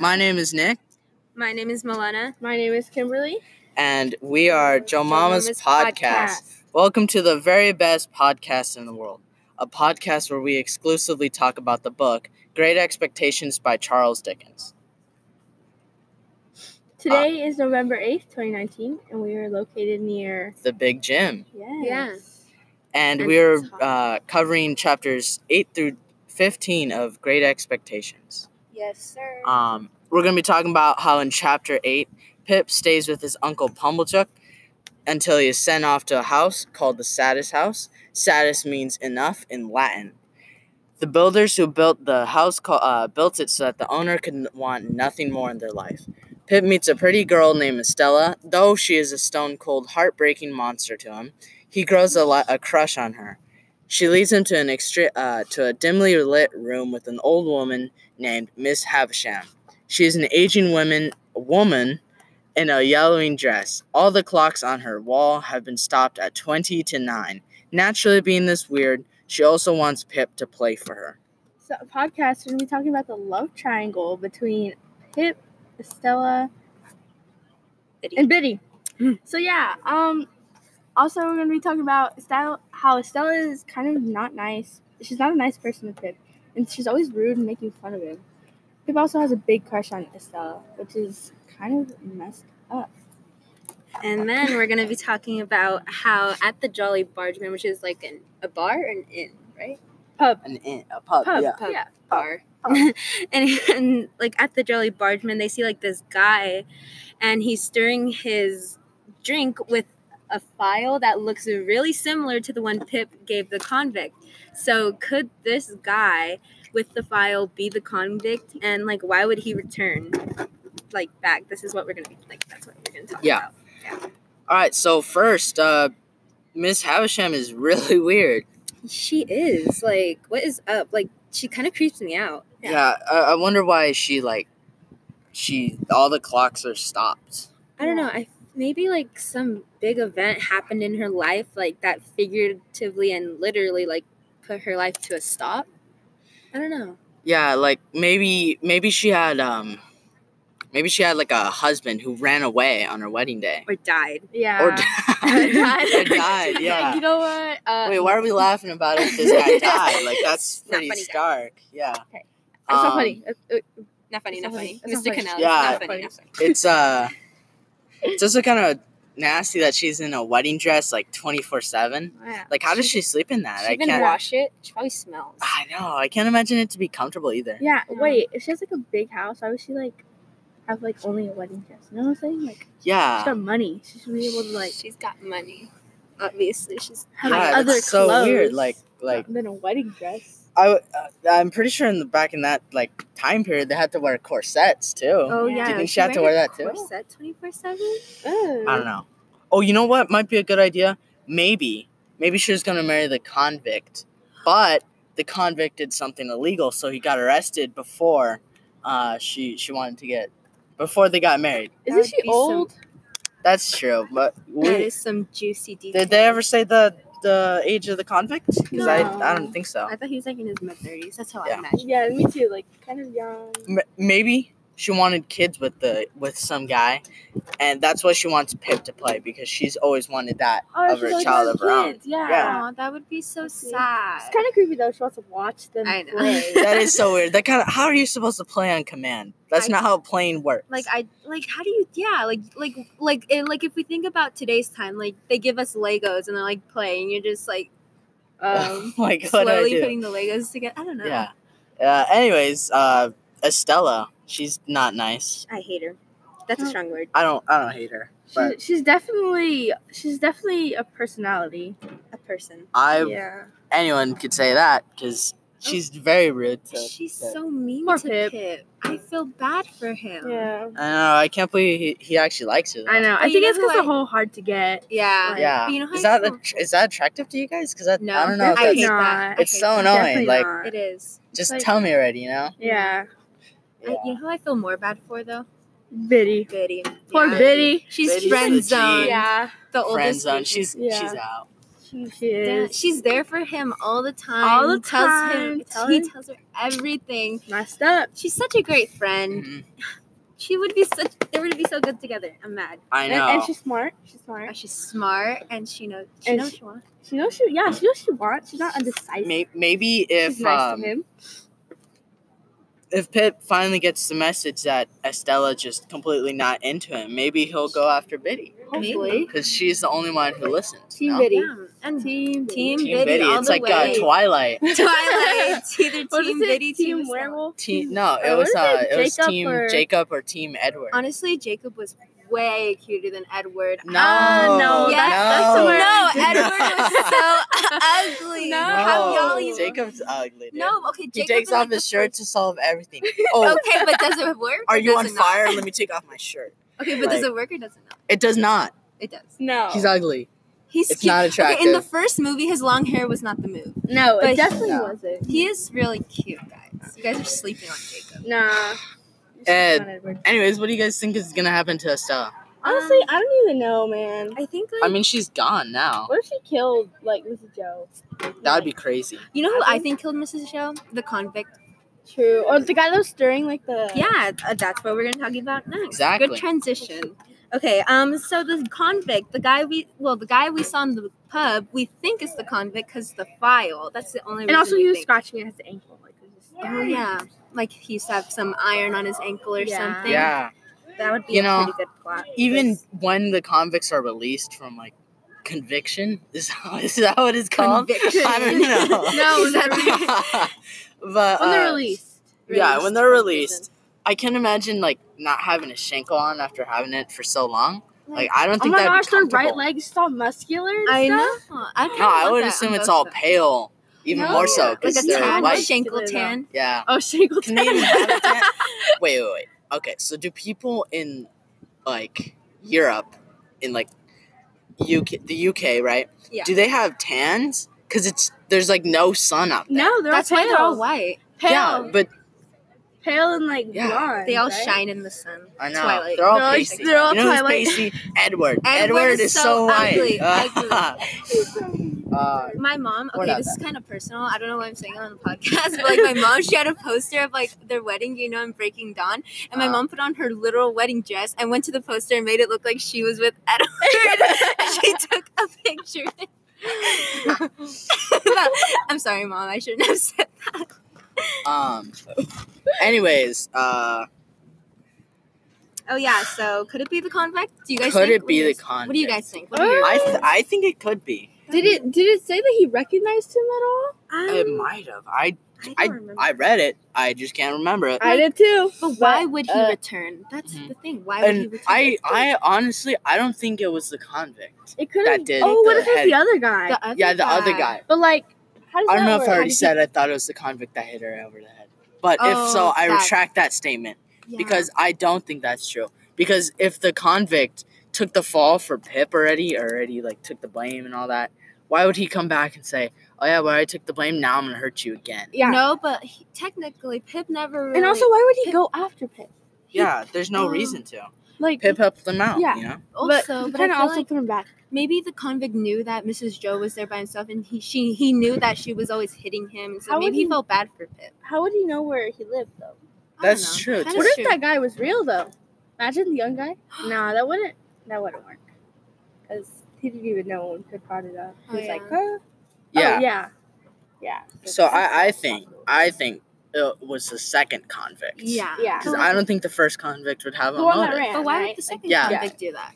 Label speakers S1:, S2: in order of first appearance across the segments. S1: My name is Nick,
S2: My name is Milena.
S3: My name is Kimberly.
S1: and we are Joe Mama's,
S2: Mama's
S1: podcast.
S2: Podcast.
S1: Welcome to the very best podcast in the world, a podcast where we exclusively talk about the book Great Expectations by Charles Dickens.
S3: Today is November 8th, 2019, and we are located near.
S1: The Big Jim.
S3: Yes.
S1: And
S2: And
S1: we are
S2: it's hot.
S1: uh, covering chapters 8 through 15 of Great Expectations.
S2: Yes, sir.
S1: Um, we're going to be talking about how in chapter 8, Pip stays with his uncle Pumblechook until he is sent off to a house called the Saddest House. Saddest means enough in Latin. The builders who built the house ca- uh, built it so that the owner could n- want nothing more in their life. Pip meets a pretty girl named Estella, though she is a stone cold, heartbreaking monster to him. He grows a, li- a crush on her. She leads him to an extre- uh, to a dimly lit room with an old woman named Miss Havisham. She is an aging woman, woman in a yellowing dress. All the clocks on her wall have been stopped at 20 to 9. Naturally, being this weird, she also wants Pip to play for her.
S3: So, a podcast, we're going to be talking about the love triangle between Pip, Estella, and Biddy. Hmm. so, yeah. Um. Also, we're going to be talking about Estella, how Estella is kind of not nice. She's not a nice person to Pip, and she's always rude and making fun of him. Pip also has a big crush on Estella, which is kind of messed up.
S2: And then we're going to be talking about how at the Jolly Bargeman, which is like an, a bar or an inn, right?
S3: Pub.
S1: An in, a pub,
S3: Pub.
S1: yeah.
S2: Pub.
S3: Yeah.
S2: Bar. and, and like at the Jolly Bargeman, they see like this guy and he's stirring his drink with a file that looks really similar to the one Pip gave the convict. So could this guy with the file be the convict? And like, why would he return like back? This is what we're going to be like, that's what we're going to talk
S1: Yeah.
S2: about.
S1: All right, so first, uh, Miss Havisham is really weird.
S2: She is like, what is up? Like, she kind of creeps me out.
S1: Yeah, I, I wonder why she, like, she, all the clocks are stopped.
S2: I don't know. I maybe like some big event happened in her life, like that figuratively and literally like put her life to a stop. I don't know.
S1: Yeah, like maybe maybe she had um maybe she had like a husband who ran away on her wedding day.
S2: Or died.
S3: Yeah.
S1: Or died. or died, yeah.
S3: you know what? Uh,
S1: Wait, why are we laughing about it if this guy died? Like that's
S2: Not
S1: pretty
S2: funny, guy.
S1: stark. Yeah.
S3: Okay.
S1: Um,
S3: It's not funny. It- it-
S2: Not funny,
S3: It's
S2: not
S3: not
S2: funny.
S3: funny. It's
S2: Mr.
S3: not funny.
S2: Canal.
S1: Yeah.
S2: Not funny,
S3: Funny.
S2: not funny.
S1: It's uh it's also kind of nasty that she's in a wedding dress like 24/7.
S3: yeah.
S1: Like how does she sleep in that?
S2: She
S1: I
S2: even
S1: can't
S2: wash it. She probably smells.
S1: I know. I can't imagine it to be comfortable either.
S3: Yeah,
S2: Yeah.
S3: Wait, if she has like a big house, why would she like have like only a wedding dress? You know what I'm saying? Like she's
S1: Yeah.
S3: got money. She should be able to like
S2: she's got money. Obviously, she's
S3: have
S1: yeah,
S3: other
S1: it's so
S3: clothes.
S1: weird like like
S3: than a wedding dress.
S1: I, w- uh, I'm pretty sure in the back in that like time period they had to wear corsets too.
S3: Oh
S2: yeah.
S3: yeah.
S1: Do you think she had to wear that too?
S2: corset twenty four seven.
S1: I don't know. Oh, you know what might be a good idea? Maybe, maybe she was gonna marry the convict, but the convict did something illegal, so he got arrested before uh, she she wanted to get before they got married.
S3: Isn't she old?
S1: That's true, but
S2: that
S1: we,
S2: is some juicy detail.
S1: did they ever say the the age of the convict? Because I I
S3: No.
S1: don't think so.
S2: I thought he was like in his mid thirties. That's how
S1: Yeah.
S2: I imagine.
S3: Yeah, me too. Like kind of young.
S1: M- maybe she wanted kids with the with some guy, and that's why she wants Pip to play because she's always wanted that
S3: Oh,
S1: of her
S3: she's like
S1: child
S3: has
S1: of her own.
S3: kids. Yeah.
S1: Yeah.
S2: Aw, that would be so
S3: It's
S2: sad.
S3: kind of creepy though. She wants to watch them
S2: I know.
S3: play.
S1: that is so weird. That kind of how are you supposed to play on command? That's
S2: I-
S1: not how playing works.
S2: Like I like how do you yeah like like like and like if we think about today's time like they give us Legos and they're like play and you're just like um
S1: oh my god, I
S2: slowly
S1: do.
S2: putting the Legos together. I don't know.
S1: yeah. Uh, anyways, uh, Estella, she's not nice.
S2: I hate her. That's a strong word.
S1: I don't. I don't hate her.
S3: She,
S1: But-
S3: she's definitely she's definitely a personality.
S2: A person.
S1: I
S3: yeah.
S1: anyone could say that because she's very rude. To,
S2: She's
S1: to-
S2: so mean
S3: Poor
S2: to Pip.
S3: Pip.
S2: I feel bad for him.
S3: Yeah.
S1: I know. I can't believe he, he actually likes her. though.
S3: I know.
S2: But
S3: I
S2: you
S3: think
S2: know
S3: it's
S2: who
S3: because the
S2: I-
S3: whole hard to get.
S2: Yeah.
S3: Like,
S1: Yeah.
S2: But you know how
S1: is
S2: I
S1: that
S2: feel-
S1: att- is that attractive to you guys? Because I,
S2: No,
S1: I don't know. If
S2: I
S1: that's,
S2: hate
S3: not.
S2: that. I
S1: it's
S2: hate
S1: so
S2: that.
S1: annoying,
S3: Definitely
S1: like-
S3: not.
S2: It is.
S1: just
S3: like-
S1: tell me already. You know.
S3: Yeah.
S2: I, you know who I feel more bad for though?
S3: Biddy.
S2: Biddy.
S3: Poor
S2: Yeah.
S3: Biddy.
S2: She's
S1: Biddy's the
S2: friend zone.
S1: G.
S2: Yeah. The oldest.
S1: Friend zone.
S2: person.
S1: She's
S3: Yeah.
S1: she's out.
S3: She
S2: Damn,
S3: is
S2: she's there for him all the time.
S3: All the
S2: Tells him,
S3: time. Tell
S2: he
S3: him.
S2: tells her everything.
S3: messed up.
S2: She's such a great friend.
S1: Mhm.
S2: She would be such. They would be so good together. I'm mad.
S1: I
S3: And,
S1: know.
S3: and she's smart. She's
S2: Oh,
S3: smart.
S2: she's smart and she knows. She
S3: And
S2: knows
S3: she-
S2: she wants.
S3: She knows she. Yeah, she knows she wants. She's not undecisive.
S1: May- maybe if
S3: she's nice
S1: um,
S3: to him.
S1: if Pip finally gets the message that Estella just completely not into him, maybe he'll go after Biddy
S3: Hopefully,
S1: because she's the only one who listens.
S3: Team
S1: no?
S3: Biddy.
S2: Yeah, and team,
S3: team
S2: team
S1: Team
S2: Biddy,
S1: Biddy.
S2: all
S1: It's
S2: the
S1: like
S2: way.
S1: uh, Twilight.
S2: Twilight. It's either
S3: What is
S2: team
S3: it?
S2: Biddy, team,
S3: team
S2: Stella.
S3: werewolf.
S1: Team, no,
S3: or
S1: it
S3: what
S1: was
S3: is
S1: uh,
S3: it?
S1: it was
S3: Jacob
S1: Team
S3: or-
S1: Jacob or Team Edward.
S2: Honestly, Jacob was way cuter than Edward.
S1: No,
S3: Ah, no,
S2: yeah,
S3: that's-
S1: no,
S3: the word.
S2: no,
S3: No.
S2: Edward was so ugly.
S3: No.
S2: How y'all
S1: No,
S2: even-
S1: Jacob's ugly. Dude.
S2: No, okay,
S1: he
S2: Jacob
S1: takes
S2: is like
S1: off his
S2: the
S1: shirt
S2: first-
S1: to solve everything. Oh,
S2: Okay, but does it work?
S1: are
S2: or
S1: you
S2: does
S1: on
S2: it not?
S1: fire? Let me take off my shirt.
S2: Okay, but does
S1: Like-
S2: it work or does it not?
S1: It does not.
S2: It does.
S3: No,
S1: He's ugly.
S2: He's
S1: It's
S2: cute.
S1: not
S2: Okay, in the
S1: attractive.
S2: first movie, his long hair was not the move.
S3: no,
S2: but he-
S3: it definitely
S1: No.
S3: wasn't.
S2: He is really cute, guys. You guys are sleeping on Jacob.
S3: Nah.
S1: Ed.
S3: Not
S2: Um,
S3: Edward.
S1: Anyways, what do you guys think is gonna happen to Estella?
S3: Honestly, I don't even know, man.
S2: I think
S1: I
S2: like
S1: mean, she's gone now.
S3: What if she killed like Mrs. Joe?
S1: That would be crazy.
S2: you know who I think killed Mrs. Show? The convict.
S3: True. Or the guy that was stirring like the
S2: Yeah, uh, that's what we're gonna talk about next.
S1: Exactly.
S2: Good transition. Okay, um, so the convict, the guy we well, the guy we saw in the pub, we think is the convict because the file. That's the only.
S3: And also
S2: reason we
S3: he was
S2: think.
S3: scratching at his ankle. Like it was just
S2: Oh yeah, like he used to have some iron on his ankle or
S3: Yeah.
S2: something.
S1: Yeah.
S2: that would be
S1: You
S2: a
S1: know,
S2: pretty good plot.
S1: Even
S2: because
S1: when the convicts are released from like conviction, is, is that what it's called?
S2: conviction.
S1: I don't know.
S2: no, is that
S1: but
S3: when they're
S1: uh,
S3: released. Oh
S1: Yeah, when they're
S2: from
S1: released, I can imagine like not having a shankle on after having it for so long. Like I don't
S3: Oh
S1: think
S3: my
S1: that'd
S3: gosh,
S1: be
S3: their
S1: comfortable.
S3: right leg's all muscular and
S2: I
S3: stuff.
S2: know. I kinda
S1: No, I
S2: want
S1: would
S2: that
S1: assume
S2: on
S1: it's
S2: both
S1: all
S2: of them.
S1: pale, even
S3: No,
S1: more so
S3: yeah,
S1: because
S2: like a
S1: they're
S2: tan,
S1: white.
S2: shankle
S3: They're
S2: tan.
S1: Yeah.
S3: Oh, shingle
S1: Can they even have a tan? Wait, wait, wait. Okay, so do people in like Europe, in like UK, the UK, right?
S2: Yeah.
S1: Do they have tans? Because it's there's like no sun out there.
S3: No, they're
S2: That's
S3: all
S2: why
S3: pale.
S2: they're all white.
S3: Pale,
S1: Yeah, but
S3: pale and like
S1: Yeah.
S3: blonde.
S2: They all
S3: right?
S2: shine in the sun.
S1: I know
S2: Twilight.
S1: they're all
S3: They're all-
S1: pasty.
S3: they're all
S1: you know who's
S3: Twilight.
S1: pasty? Edward.
S2: Edward is
S1: is
S2: so
S1: so white.
S2: ugly,
S1: Uh,
S2: My mom,
S1: We're
S2: okay,
S1: not
S2: this is kind of personal. I don't know why I'm saying it on the podcast, but like my mom, she had a poster of like their wedding, you know, in Breaking Dawn. And my
S1: Uh.
S2: mom put on her literal wedding dress and went to the poster and made it look like she was with Edward. and she took a picture. But- I'm sorry, mom. I shouldn't have said
S1: um. Anyways, uh,
S2: Oh, yeah. So could it be the convict? Do you guys
S1: could
S2: think?
S1: it be
S2: What do you
S1: the
S2: guys-
S1: con?
S2: What do you guys think? What are your-
S1: I th- I think it could be.
S3: Did it? Did it say that he recognized him at all?
S1: Uh, It
S2: Um,
S1: might have. I
S2: I don't remember.
S1: I read it. I just can't remember it.
S3: I did too.
S2: But why
S3: But,
S2: would he
S3: uh,
S2: return? That's
S1: Mhm.
S2: the thing. Why would he
S1: and
S2: return?
S1: I I honestly I don't think it was the convict.
S3: It could
S1: That
S3: have.
S1: did
S3: Oh, what
S1: the
S3: if it's
S1: head-
S3: the other guy?
S2: The other
S1: yeah, the other guy.
S3: but like, how does
S1: I don't know
S3: that
S1: if
S3: work?
S1: I
S3: How
S1: already
S3: did he-
S1: said I thought it was the convict that hit her over the head. But if so,
S2: Oh,
S1: I
S2: that-
S1: retract that statement
S2: Yeah.
S1: because I don't think that's true. Because if the convict took the fall for Pip already, already like took the blame and all that, why would he come back and say, "Oh yeah, well I took the blame. Now I'm gonna hurt you again"?
S3: Yeah.
S2: No, but he, technically, Pip never. Really,
S3: And also, why would he go after Pip?
S1: Yeah, there's no
S2: um,
S1: reason to.
S3: Like,
S1: Pip helped them out.
S3: Yeah. Oh,
S1: you know.
S2: also, but I
S3: kind
S2: feel
S3: of also
S2: like
S3: put him back.
S2: maybe the convict knew that Mrs. Joe was there by himself, and he she he knew that she was always hitting him, and so
S3: How would
S2: maybe he
S3: he-
S2: felt bad for Pip.
S3: How would he know where he lived though?
S2: I don't
S1: That's
S2: know.
S1: true,
S2: That
S1: too.
S2: is
S3: What if
S2: true.
S3: that guy was real though? Imagine the young guy. nah, that wouldn't. That wouldn't work. Cause he didn't even know when Pip brought it up. He
S2: Oh,
S3: was like,
S2: yeah.
S3: huh?
S1: Yeah.
S3: Oh, yeah. Yeah.
S1: So I, I think I think it was the second convict.
S2: Yeah.
S3: Yeah.
S1: Because I don't think the first convict would have
S3: The
S1: a
S3: one that
S1: motive.
S3: ran.
S2: But why
S3: right?
S2: would the second
S1: Yeah.
S2: convict do that?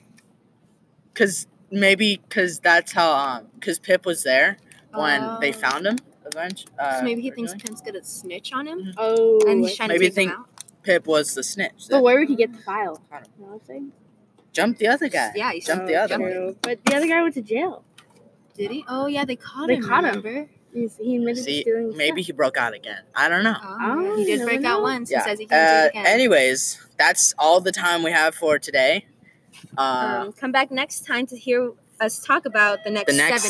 S1: Because maybe because that's how um because Pip was there when they
S2: Oh.
S1: found him eventually. Uh,
S2: So maybe he thinks
S1: originally.
S2: Pip's good at snitch on him,
S3: Oh.
S2: and he's trying
S1: Maybe
S2: to take
S1: think-
S2: him out.
S1: Pip was the snitch.
S3: but
S1: That
S3: where would he get the file?
S1: I don't
S3: You know what I'm saying?
S1: jumped the other guy.
S2: Yeah, he
S1: Jumped the
S2: Oh,
S1: other.
S2: jumped.
S1: one.
S3: True. But the other guy went to jail.
S2: Did he? Oh yeah, they caught
S3: They
S2: him.
S3: caught him.
S2: remember?
S3: He's, he admitted
S1: See,
S3: to stealing. his
S1: maybe he broke out again. I don't know.
S2: Oh, he
S3: Oh,
S2: did
S3: no
S2: break
S3: one
S2: out
S3: knows.
S2: once.
S1: yeah.
S2: He says he
S1: uh,
S2: can't do it again.
S1: anyways, that's all the time we have for today. Uh,
S2: um, come back next time to hear us talk about the next
S1: the next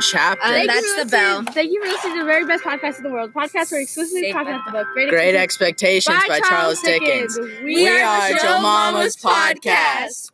S1: seven chapters.
S2: Uh,
S3: Thank
S2: that's
S3: you for
S2: the
S3: listening-
S2: bell.
S3: Thank you for listening to the very best podcast in the world. Podcast where exclusively
S2: Saved
S3: talking
S2: by
S3: about the book Great,
S1: Great
S3: Expectations
S1: Expectations by Charles Dickens.
S3: We, are, the Joe Mama's podcast.